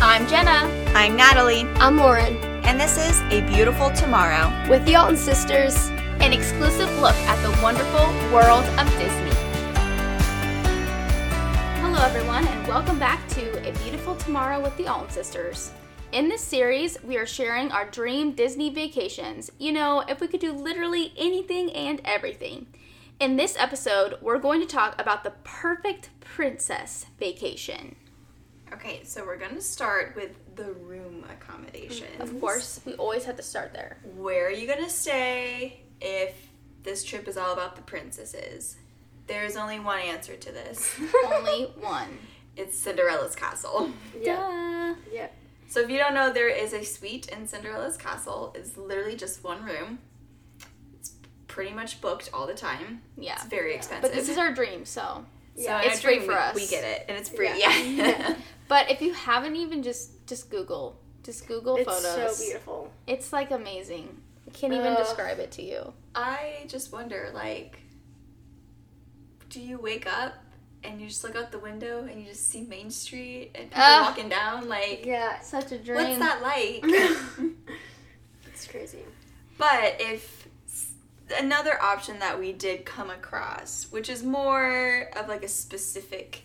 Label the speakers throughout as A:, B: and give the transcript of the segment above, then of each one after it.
A: I'm Jenna.
B: I'm Natalie,
C: I'm Lauren
B: and this is A Beautiful Tomorrow.
C: with the Alton Sisters.
A: An exclusive look at the wonderful world of Disney. Hello, everyone, and welcome back to A Beautiful Tomorrow with the Alton Sisters. In this series, we are sharing our dream Disney vacations. You know, if we could do literally anything and everything. In this episode, we're going to talk about the perfect princess vacation.
D: Okay, so we're gonna start with the room accommodation.
A: Of course, we always have to start there.
D: Where are you gonna stay if this trip is all about the princesses? There's only one answer to this.
A: Only one.
D: it's Cinderella's castle.
A: Duh.
C: Yep.
D: So if you don't know, there is a suite in Cinderella's castle. It's literally just one room. It's pretty much booked all the time.
A: Yeah.
D: It's very expensive.
A: But this is our dream, so.
D: so in
A: it's
D: a dream,
A: free for
D: we-
A: us.
D: We get it, and it's free.
C: Yeah.
D: Yeah.
A: But if you haven't even just just Google, just Google
C: It's
A: photos.
C: so beautiful.
A: It's like amazing. I can't even
C: Ugh.
A: describe it to you.
D: I just wonder, like, do you wake up and you just look out the window and you just see Main Street and people
A: Ugh.
D: walking down? Like,
C: Yeah,
A: Such a dream.
D: what's that like?
C: it's crazy.
D: but if another option that we did come across, which is more of like a specific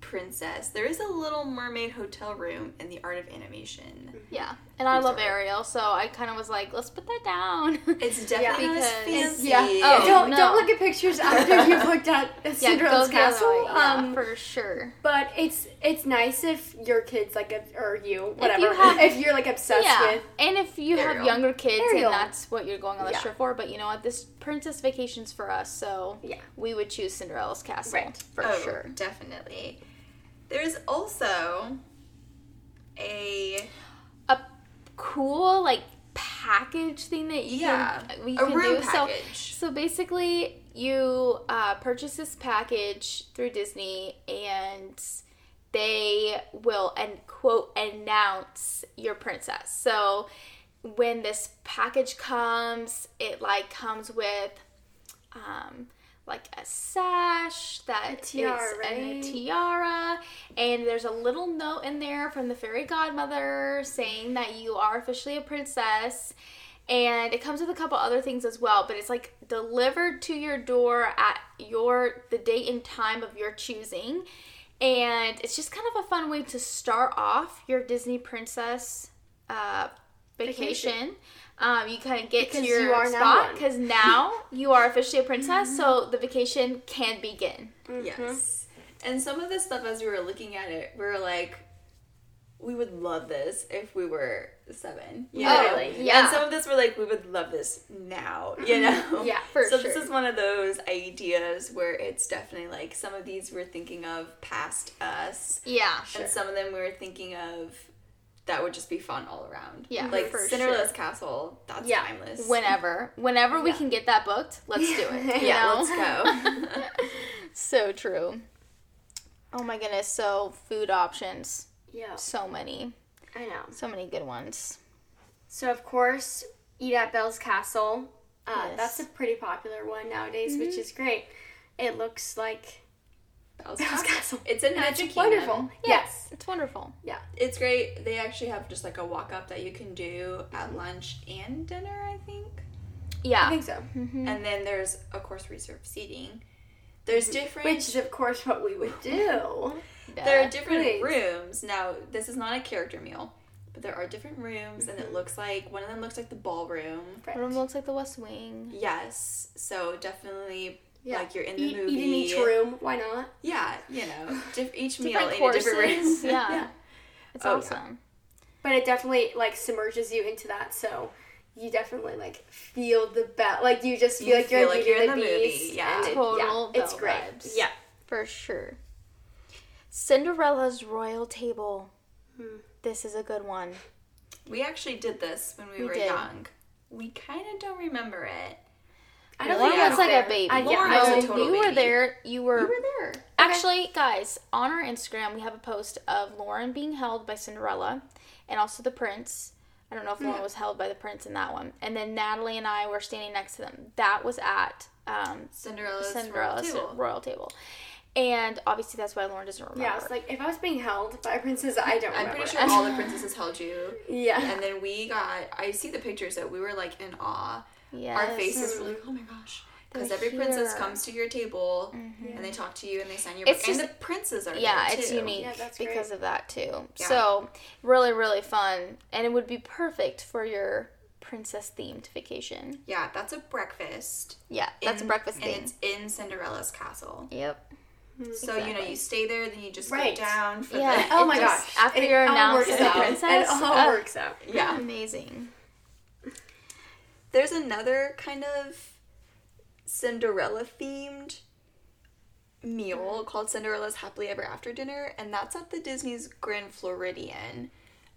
D: princess, there is a Little Mermaid hotel room in the Art of Animation.
A: Yeah. And I
D: Who's
A: love
D: that?
A: Ariel, so I kind of was like, let's put that down.
D: It's definitely not as
A: Because-
D: fancy.
C: Yeah.
A: Oh,
C: don't
A: no.
C: don't look at pictures after you've looked at
A: yeah, go
C: Cinderella's
A: the other
C: castle.
A: way. Yeah,
C: um,
A: for sure.
C: but it's it's nice if your kids like if- or you whatever
A: you
C: if,
A: have-
C: you are like obsessed
A: yeah,
C: with.
A: and if you have
D: Ariel.
A: younger kids, and
C: Ariel.
A: that's what you're going on this
C: Yeah.
A: trip for. But you know what? This princess vacation's for us, so
C: Yeah.
A: we would choose Cinderella's castle
C: Right.
A: for
D: oh,
A: sure.
D: Definitely. There's also a
A: a cool like package thing that you
D: yeah
A: can, we
D: a
A: can
D: room
A: do.
D: package.
A: So so basically, you uh, purchase this package through Disney, and they will and quote announce your princess. So when this package comes, it like comes with um, like a sash that is
C: tiara,
A: a
C: right?
A: tiara, and there's a little note in there from the fairy godmother saying that you are officially a princess. And it comes with a couple other things as well, but it's like delivered to your door at your the date and time of your choosing. And it's just kind of a fun way to start off your Disney princess uh, vacation. Um, you kind of get
C: Because
A: to your
C: you are now
A: spot
C: one.
A: because now Mm-hmm. you are officially a princess, so the vacation can begin.
D: Yes. And some of this stuff, as we were looking at it, we were like, we would love this if we were seven. You
A: Oh,
D: know?
A: really? yeah. Mm-hmm.
D: And some of this we're like, we would love this now, you know?
A: Yeah, for
D: so
A: sure.
D: this is one of those ideas where it's definitely like some of these we're thinking of past us,
A: Yeah.
D: and some of them we were thinking of that would just be fun all around.
A: Yeah,
D: Like
A: for
D: Cinderella's Castle, that's
C: Yeah.
D: timeless.
A: Whenever, whenever we can get that booked, let's do it. You
D: yeah,
A: know?
D: let's go.
A: So true. Oh my goodness. So food options,
C: Yeah,
A: so many,
C: I know.
A: so many good ones.
C: So of course, eat at Belle's Castle. Uh,
A: Yes. Mm-hmm.
C: That's a pretty popular one nowadays, which is great. It looks like
D: Bell's
C: Belle's
D: Castle.
C: Castle.
D: It's in Magic Kingdom.
C: Wonderful. Yes.
A: It's wonderful.
D: It's great. They actually have just like a walk up that you can do at lunch and dinner, I think.
A: Yeah.
C: I think so.
A: Mm-hmm.
D: And then there's, of course, reserved seating. There's different.
C: Which is of course what we would do.
A: Duh.
D: there are different
C: Right.
D: rooms. Now, this is not a character meal, but there are different rooms, and it looks like one of them looks like the ballroom.
A: One of 'em looks like the West Wing.
D: Yes. So definitely,
C: Yeah.
D: like you're in the
A: E-,
C: Eat,
D: movie.
C: e-, eat in each room. Why not?
D: Yeah, you know, diff- each meal
A: Different
D: in a different room.
A: courses. Yeah. It's
D: Oh, yeah.
A: awesome.
C: But it definitely like submerges you into that. So you definitely like feel the best. Like you just feel
D: You
C: like
D: feel
C: you're
D: like
C: like
D: you're
C: Beauty
D: in
C: and the,
D: the movie,
C: Beast.
D: yeah.
C: and it-
A: Total
C: yeah, it's
A: Belle
C: great.
A: vibes.
C: Yeah.
A: For sure. Cinderella's royal table. Hmm. This is a good one.
D: We actually did this when we,
A: We
D: were
A: did.
D: young. We kind of don't remember it.
C: I
D: don't
A: Lauren
D: think I
A: was
D: was
A: like
C: there.
A: a baby.
C: I, yeah,
D: Lauren
C: I
D: was a
A: no,
C: don't-
D: total
A: you were
D: baby.
A: there. You were.
D: We were there.
A: Actually, guys, on our Instagram, we have a post of Lauren being held by Cinderella and also the prince. I don't know if
D: Hmm.
A: Lauren was held by the prince in that one. And then Natalie and I were standing next to them. That was at um,
D: Cinderella's,
A: Cinderella's
D: Royal Table.
A: royal table. And obviously, that's why Lauren doesn't remember.
C: Yeah, it's like if I was being held by a princess, I don't
D: I'm
C: remember.
D: pretty
C: it.
D: sure all the princesses held you.
C: Yeah.
D: And then we got, I see the pictures that we were like in awe.
A: Yes.
D: Our faces were like, oh my gosh. Because
A: They're
D: every princess
A: here. Mm-hmm.
D: comes to your table and they talk to you and they sign your book.
A: It's
D: and
A: just-
D: the princes are
A: Yeah,
D: there,
A: it's
D: too.
A: unique
C: Yeah, that's
A: because
C: great.
A: of that too.
D: Yeah.
A: So really, really fun, and it would be perfect for your princess themed vacation.
D: Yeah, that's a breakfast.
A: Yeah, that's
D: in-
A: a breakfast
D: and
A: theme.
D: it's in Cinderella's castle.
A: Yep.
D: So you know you stay there, then you just
C: Right.
D: go down for
A: Mm, Yeah.
D: the
C: Oh
A: It
C: my
A: just-
C: gosh.
A: after
C: And
A: you're
C: it all
A: announced as
C: works
A: a
C: out.
A: princess,
C: It all
A: uh,
C: works out.
D: yeah.
A: Amazing.
D: There's another kind of Cinderella themed
A: Mm-hmm.
D: meal called Cinderella's Happily Ever After Dinner, and that's at the Disney's Grand Floridian,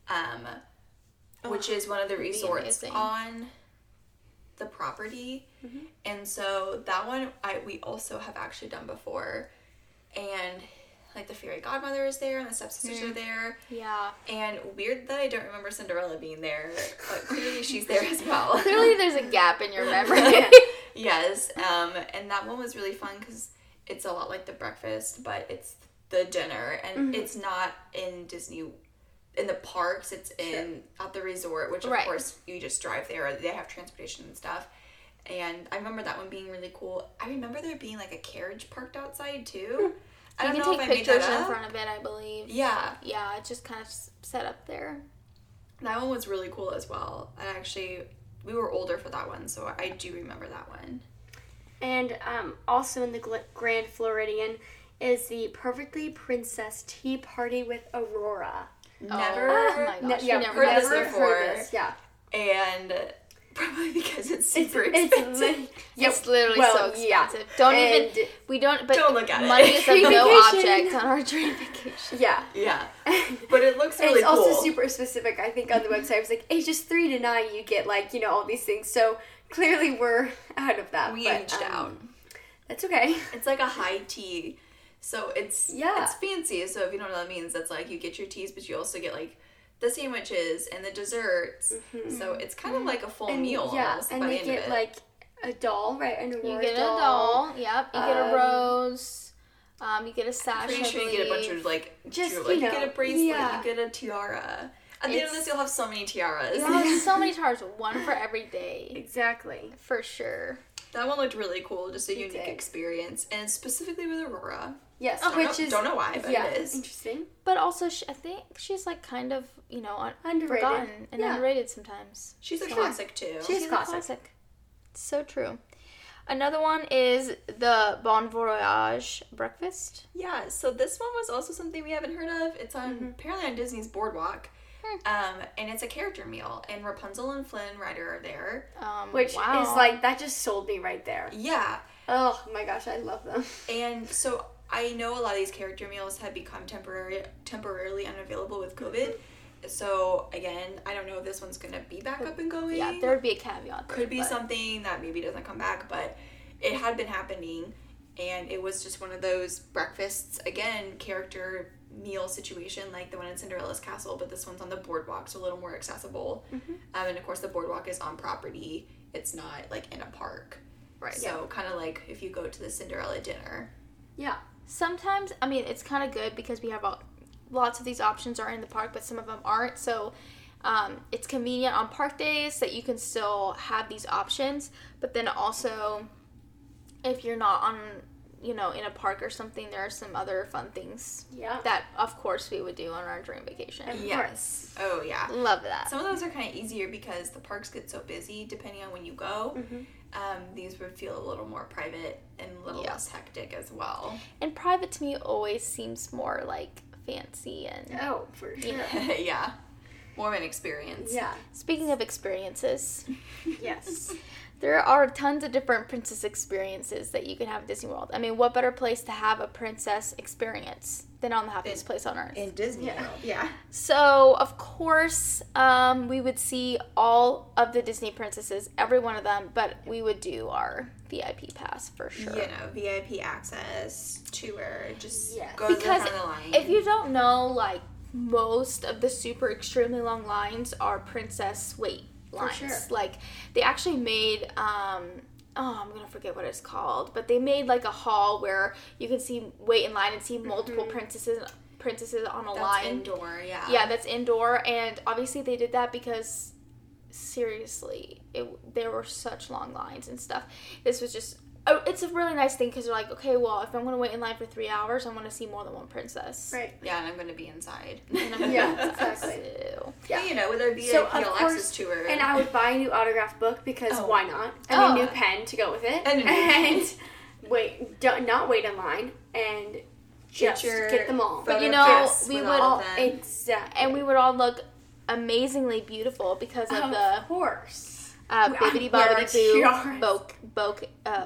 D: um, which is one of the resorts
A: Oh, amazing. Mm-hmm.
D: on the property. And so that one I we also have actually done before, and like the fairy godmother is there and the stepsisters are there.
A: Yeah.
D: And weird that I don't remember Cinderella being there, but clearly she's there as well.
A: Clearly, there's a gap in your memory.
D: yes, um, and that one was really fun because it's a lot like the breakfast, but it's the dinner,
A: Mm-hmm.
D: and it's not in Disney, in the parks. It's in at the resort, which of
A: Right.
D: course you just drive there. They have transportation and stuff. And I remember that one being really cool. I remember there being like a carriage parked outside too. I
A: Hmm. you can
D: don't know
A: take
D: if I made
A: pictures
D: that
A: in
D: up.
A: front of it, I believe.
D: yeah,
A: Yeah, it's just kind of s- set up there.
D: That one was really cool as well. And actually, we were older for that one, so I do remember that one.
C: And um, also in the gl- Grand Floridian is the perfectly princess tea party with Aurora.
D: Never,
A: Oh my gosh,
C: Ne-
A: you
C: yeah,
A: never
D: heard
A: heard
D: this
A: of
C: never
D: before.
C: Heard this. Yeah,
D: and probably because it's
C: it's
D: super
C: it's,
D: expensive.
C: li- yeah,
A: It's literally
C: well,
A: so
C: yeah.
A: expensive. Don't
C: And-
A: even. We don't. But
D: Don't look at it.
A: money is of no
C: Vacation.
A: object on our dream vacation.
C: yeah.
D: yeah, but it looks really
C: it's
D: cool.
C: also super specific. I think on the website it was like ages three to nine. You get like you know all these things. So clearly we're out of that.
D: we
C: but,
D: aged
C: um,
D: out.
C: That's okay.
D: It's like a high tea, so it's
C: Yeah.
D: it's fancy. So if you don't know what that means, that's like you get your teas, but you also get like the sandwiches and the desserts. So it's kind of like a full meal.
C: Yeah,
D: almost
C: Mm-hmm. and
D: by
C: they
D: the end of
C: get
D: it.
C: like a doll, right? An Aurora
A: You get a doll. Yep. You get
C: Um,
A: a rose. Um, you get a sash.
D: pretty
A: I
D: sure you get a bunch
A: believe.
D: of like
C: Just,
D: jewel- like you,
C: you know,
D: get a bracelet,
C: yeah.
D: you get a tiara. At the end of
C: It's-
D: this, you'll have so many tiaras.
A: Wow, it's so many times. One for every day,
C: Exactly.
A: for sure.
D: that one looked really cool, just a
C: It
D: unique
C: did.
D: experich and specifically with Aurora.
C: Yes,
D: Don't
C: which
D: know,
C: is
D: don't know why, but
C: yeah,
D: it is.
C: interesting.
A: But also, she, I think she's like kind of you know un-
C: Underrated.
A: forgotten and
C: Yeah.
A: underrated sometimes.
D: She's a classic too.
C: She's
A: She's a
C: classic.
A: classic. So true. Another one is the Bon Voyage breakfast.
D: yeah. So this one was also something we haven't heard of. It's on
C: Mm-hmm.
D: apparently on Disney's Boardwalk.
A: Hmm.
D: Um, and it's a character meal, and Rapunzel and Flynn Rider are there.
A: Um,
C: Which
A: wow.
C: is like that just sold me right there.
D: Yeah,
C: Oh my gosh, I love them.
D: And so I know a lot of these character meals have become temporary temporarily unavailable with COVID. So again, I don't know if this one's gonna be back up and going.
A: yeah, there would be a caveat. there,
D: could be
A: but-
D: something that maybe doesn't come back, but it had been happening and it was just one of those breakfasts again, character meal situation like the one in Cinderella's castle, but this one's on the boardwalk, so a little more accessible.
A: Mm-hmm.
D: Um, and of course the boardwalk is on property. It's not like in a park.
A: Right.
D: So kind of like if you go to the Cinderella dinner.
C: Yeah.
A: Sometimes, I mean, it's kind of good because we have all, lots of these options are in the park, but some of them aren't. So um, it's convenient on park days that you can still have these options. But then also, if you're not on, you know, in a park or something, there are some other fun things
C: Yeah.
A: that, of course, we would do on our dream vacation.
C: Of
D: Yes. Oh yeah.
A: Love that.
D: Some of those are kind of easier because the parks get so busy depending on when you
C: Mm-hmm.
D: go. Um, these would feel a little more private and a little
A: Yeah.
D: less hectic as well.
A: And private to me always seems more like fancy and.
C: Oh, for sure.
D: yeah. More of an experience.
C: Yeah.
A: Speaking of experiences,
C: Yes.
A: There are tons of different princess experiences that you can have at Disney World. I mean, what better place to have a princess experience than on the happiest place on earth?
D: Disney
C: Yeah.
D: World. Yeah.
A: So, of course, um, we would see all of the Disney princesses, every one of them, but we would do our VIP pass for sure.
D: You know, VIP access, tour, just
C: Yes.
D: go
A: Because
D: to the front of the line.
A: if you don't know, like most of the super extremely long lines are princess wait lines.
C: sure.
A: Like they actually made um oh, I'm gonna forget what it's called, but they made like a hall where you could see wait in line and see multiple princesses princesses on a
D: That's
A: line.
D: indoor, yeah.
A: Yeah, that's indoor, and obviously they did that because seriously, it there were such long lines and stuff. This was just. Oh, it's a really nice thing because they're like, okay, well, if I'm gonna wait in line for three hours, I want to see more than one princess.
C: Right.
D: Yeah, and I'm gonna be inside.
C: Yeah, exactly.
A: So-
C: Yeah.
D: You know, with our VIP
C: So, of
D: access
C: course-
D: to her.
C: And I would buy a new autograph book because
D: Oh.
C: why not? And
A: Oh.
C: a new pen to go with it.
D: And a new pen.
C: And wait, don't, not wait in line and just
D: your
C: get them all.
A: But you
D: photo
A: know,
D: pass
A: we
D: with
A: would-
D: all of
A: Oh,
D: them.
C: exactly.
A: and we would all look amazingly beautiful because of,
D: Um,
C: of
A: the
C: course.
A: uh,
C: we-
A: bibbidi
C: we are
A: bobbidi boo
C: tiaras.
A: bo bo uh,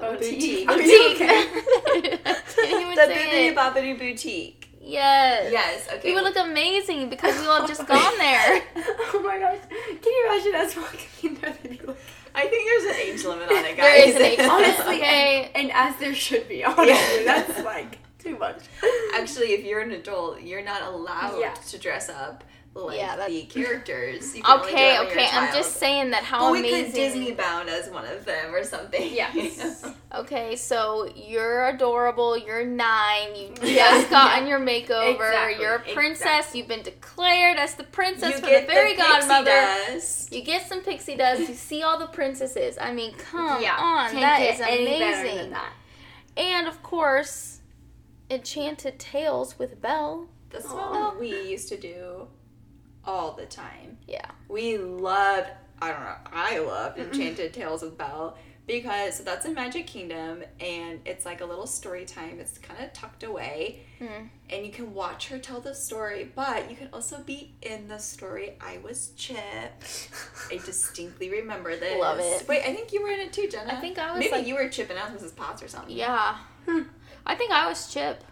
A: boutique.
C: Boutique. Are
A: Boutique.
C: you
A: Can't even
D: the
A: say
D: Bibbidi
A: it.
D: Bobbidi Boutique.
A: Yes.
D: Yes, okay.
A: We would look amazing because we all just gone there.
C: oh my gosh. Can you imagine us walking in there? they'd be like-
D: I think there's an age limit on it, guys.
A: There is an age limit.
C: Honestly,
A: Okay.
C: and, and as there should be, honestly.
D: Yeah.
C: That's like too much.
D: Actually, if you're an adult, you're not allowed
C: Yeah.
D: to dress up like
A: Yeah, that-
D: the characters. You can only do
A: Okay,
D: that when you're a
A: okay. I'm
D: child.
A: just saying that how
D: Well, we
A: amazing.
D: could Disney bound as one of them or something.
C: Yes.
A: Okay, so you're adorable. You're nine. You just
C: Yeah.
A: gotten your makeover.
C: Exactly,
A: You're a princess.
C: exactly.
A: You've been declared as the princess
D: you
A: for
D: get
A: the fairy
D: the pixie
A: godmother.
D: dust.
A: You get some pixie dust. You see all the princesses. I mean, come
C: yeah.
A: on,
C: Can't
A: that
C: get
A: is
C: any better than
A: amazing.
C: that.
A: And of course, Enchanted Tales with Belle.
D: That's
C: Aw.
D: what we used to do all the time.
A: Yeah,
D: We loved, I don't know, I loved Enchanted Tales with Belle because so that's in Magic Kingdom and it's like a little story time. It's kind of tucked away
A: Hmm.
D: and you can watch her tell the story, but you can also be in the story. I was Chip. I distinctly remember this.
A: Love it.
D: Wait, I think you were in it too, Jenna.
A: I think I was,
D: Maybe
A: like-
D: you were Chip and I was Mrs. Potts or something.
A: yeah. Hmm. I think I was Chip.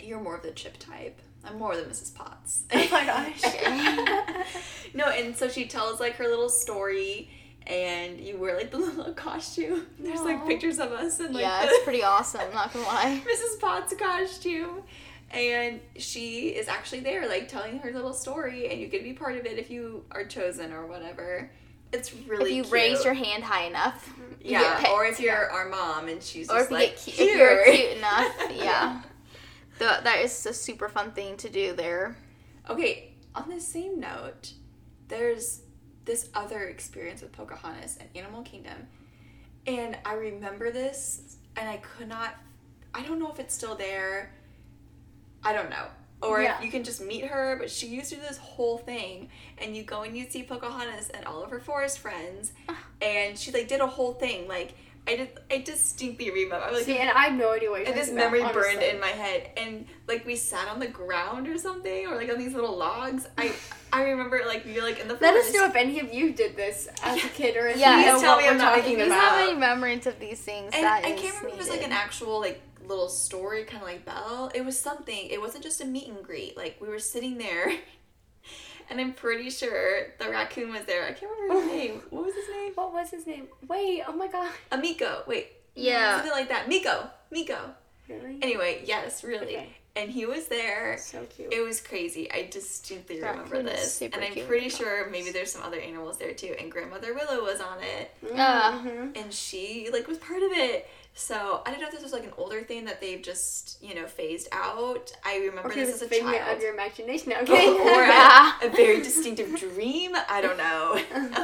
D: You're more of the Chip type. I'm more the Mrs. Potts.
C: Oh my gosh.
D: No, and so she tells like her little story, and you wear like the little costume. There's like
A: Aw.
D: pictures of us and like
A: yeah,
D: the
A: it's pretty awesome. Not gonna lie.
D: Mrs. Potts costume, and she is actually there, like telling her little story, and you get to be part of it if you are chosen or whatever. It's really
A: if you
D: cute.
A: raise your hand high enough, you
D: yeah,
A: get picked.
D: or if you're our mom and she's
A: or if
D: just
A: you
D: like
A: get cute, if you're
D: "Here."
A: cute enough. Yeah, Th- that is a super fun thing to do there.
D: Okay, on the same note, there's this other experience with Pocahontas and Animal Kingdom. And I remember this and I could not I don't know if it's still there. I don't know. Or
C: Yeah.
D: if you can just meet her, but she used to do this whole thing and you go and you see Pocahontas and all of her forest friends and she like did a whole thing. Like I did I distinctly remember I was like
C: See, and I have no idea what you're
D: and this
C: talking about,
D: memory burned
C: honestly.
D: in my head and like we sat on the ground or something or like on these little logs i i remember like you're like in the
C: Let
D: forest
C: us know if any of you did this as a kid or if
A: Yeah.
C: you know
D: Please tell
C: what
D: me
C: we're
D: I'm not
C: talking
D: making
A: There's
D: this
C: about.
A: not
D: Wow.
A: many memories of these things.
D: and
A: that
D: i
A: is
D: can't remember if it was like
A: needed.
D: an actual like little story kind of like bell it was something it wasn't just a meet and greet like we were sitting there and i'm pretty sure the raccoon was there i can't remember his name what was his name
C: What was his name? Wait, oh my god.
D: amiko wait
A: Yeah.
D: something like that miko miko
C: Really?
D: anyway yes really
C: Okay.
D: and he was there
C: So cute.
D: It was crazy. I distinctly
A: Raccoon
D: remember
A: is
D: this.
A: super
D: And I'm
A: cute.
D: pretty sure maybe there's some other animals there too. And Grandmother Willow was on it.
A: Uh,
D: And she like was part of it. So I don't know if this was like an older thing that they've just, you know, phased out. I remember
C: okay,
D: this as
C: this
D: a
C: is figment
D: child.
C: of your imagination. Okay.
D: or
A: Yeah.
D: a, a very distinctive dream. I don't know.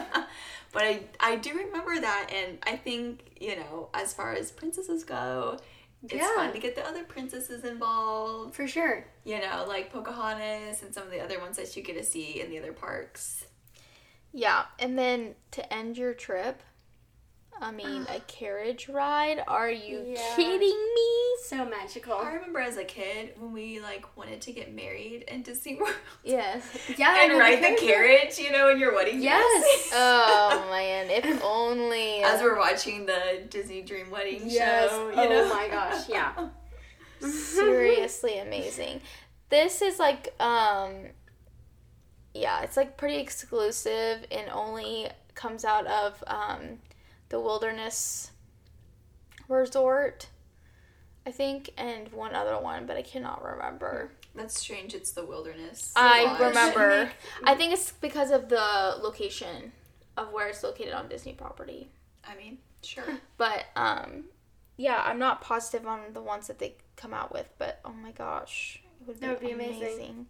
D: but I I do remember that and I think, you know, as far as princesses go, it's
C: Yeah.
D: fun to get the other princesses involved
C: For sure.
D: you know, like Pocahontas and some of the other ones that you get to see in the other parks.
A: yeah, and then to end your trip, I mean, a carriage ride. Are you
C: Yeah.
A: kidding me?
C: So magical.
D: I remember as a kid when we like wanted to get married in Disney World
A: Yes.
C: Yeah, I
D: and
C: know
D: ride the
C: character.
D: carriage, you know, in your wedding
C: Yes.
D: dress.
A: Oh man, if only.
D: as we're watching the Disney Dream Wedding
C: Yes.
D: show, you
C: oh
D: know.
C: my gosh, yeah.
A: seriously amazing. This is like um yeah, it's like pretty exclusive and only comes out of um the Wilderness Resort, I think, and one other one, but I cannot remember.
D: That's strange. It's the wilderness.
A: I
D: Lodge.
A: remember. I think it's because of the location of where it's located on Disney property.
D: I mean, sure.
A: But um, yeah, I'm not positive on the ones that they come out with. But oh my gosh, it would be,
C: That would be amazing.
A: amazing.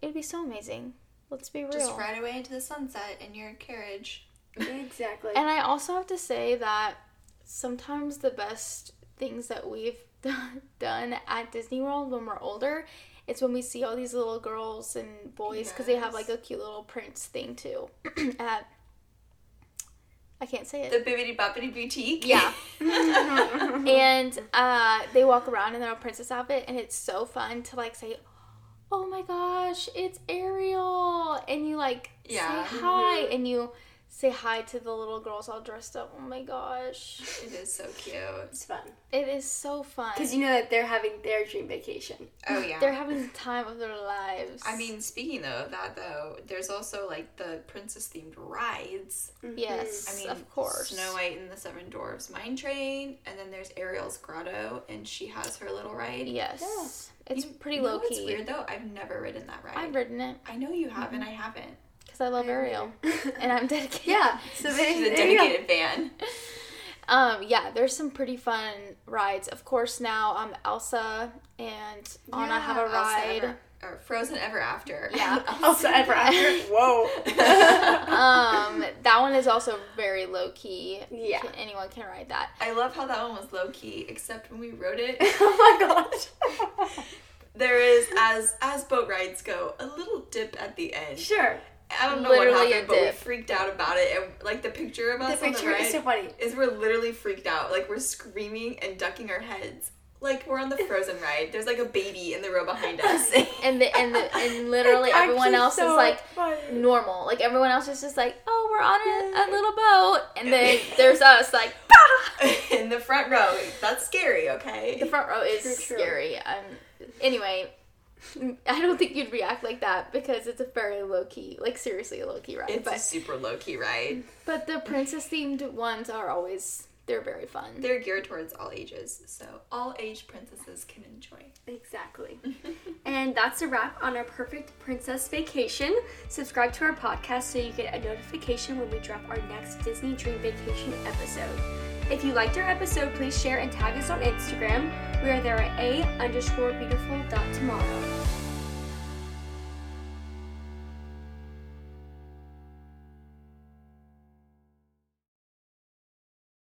A: It'd be so amazing. Let's be real.
D: Just ride away into the sunset in your carriage.
C: Exactly.
A: And I also have to say that sometimes the best things that we've done at Disney World when we're older, it's when we see all these little girls and boys because they have
D: Yes.
A: like a cute little prince thing too. at I can't say it.
D: The Bibbidi Boppity Boutique.
A: Yeah. and uh, they walk around in their princess outfit, and it's so fun to like say, "Oh my gosh, it's Ariel!" And you like
D: Yeah. mm-hmm.
A: say hi, and you say hi to the little girls all dressed up. Oh my gosh,
D: it is so cute.
C: it's fun
A: it is so fun.
C: because you know that they're having their dream vacation.
D: Oh yeah.
A: They're having the time of their lives.
D: I mean, speaking though of that though, there's also like the princess themed rides.
C: Mm-hmm.
A: yes,
D: I mean,
A: of course.
D: Snow White and the Seven Dwarfs Mine Train, and then there's Ariel's Grotto, and she has her little ride.
A: Yes, it's
D: You
A: pretty
D: know
A: low
D: What's
A: key.
D: weird though, I've never ridden that ride.
A: I've Mm-hmm. ridden it
D: I know you have, and I haven't.
A: because I love Ariel, and I'm dedicated.
C: Yeah. So there,
D: She's a
C: there you go.
D: dedicated fan.
A: Um, yeah, there's some pretty fun rides. Of course, now um, Elsa and Anna
D: Yeah,
A: have a
D: Elsa
A: ride.
D: Ever- or Frozen Ever After.
A: Yeah.
C: Also, ever after. Whoa.
A: um, that one is also very low key.
C: Yeah.
A: Can- anyone can ride that.
D: I love how that one was low key, except when we rode it,
C: oh my gosh.
D: there is as as boat rides go, a little dip at the end.
C: sure.
D: I don't know what
A: Literally a
D: happened, but we
A: dip.
D: freaked out about it, and like the picture of
C: The
D: us on the
C: picture
D: ride
C: is so funny.
D: is we're literally freaked out, like we're screaming and ducking our heads, like we're on the Frozen ride. There's like a baby in the row behind us.
A: And the and the, and literally
C: It's
A: everyone
C: actually
A: else
C: so
A: is like
C: funny.
A: normal. Like everyone else is just like, oh, we're on a, a little boat, and then there's us like. "Ah!"
D: in the front row. That's scary, okay?
A: The front row is
C: True, true.
A: scary. Um, anyway, I don't think you'd react like that because it's a very low key, like seriously low key ride.
D: it's
A: but
D: a super low key ride.
A: But the princess themed ones are always they're very fun.
D: They're geared towards all ages, so all age princesses can enjoy.
C: Exactly. and that's a wrap on our perfect princess vacation. Subscribe to our podcast so you get a notification when we drop our next Disney Dream Vacation episode. If you liked our episode, please share and tag us on Instagram. We are there at a underscore beautiful dot tomorrow.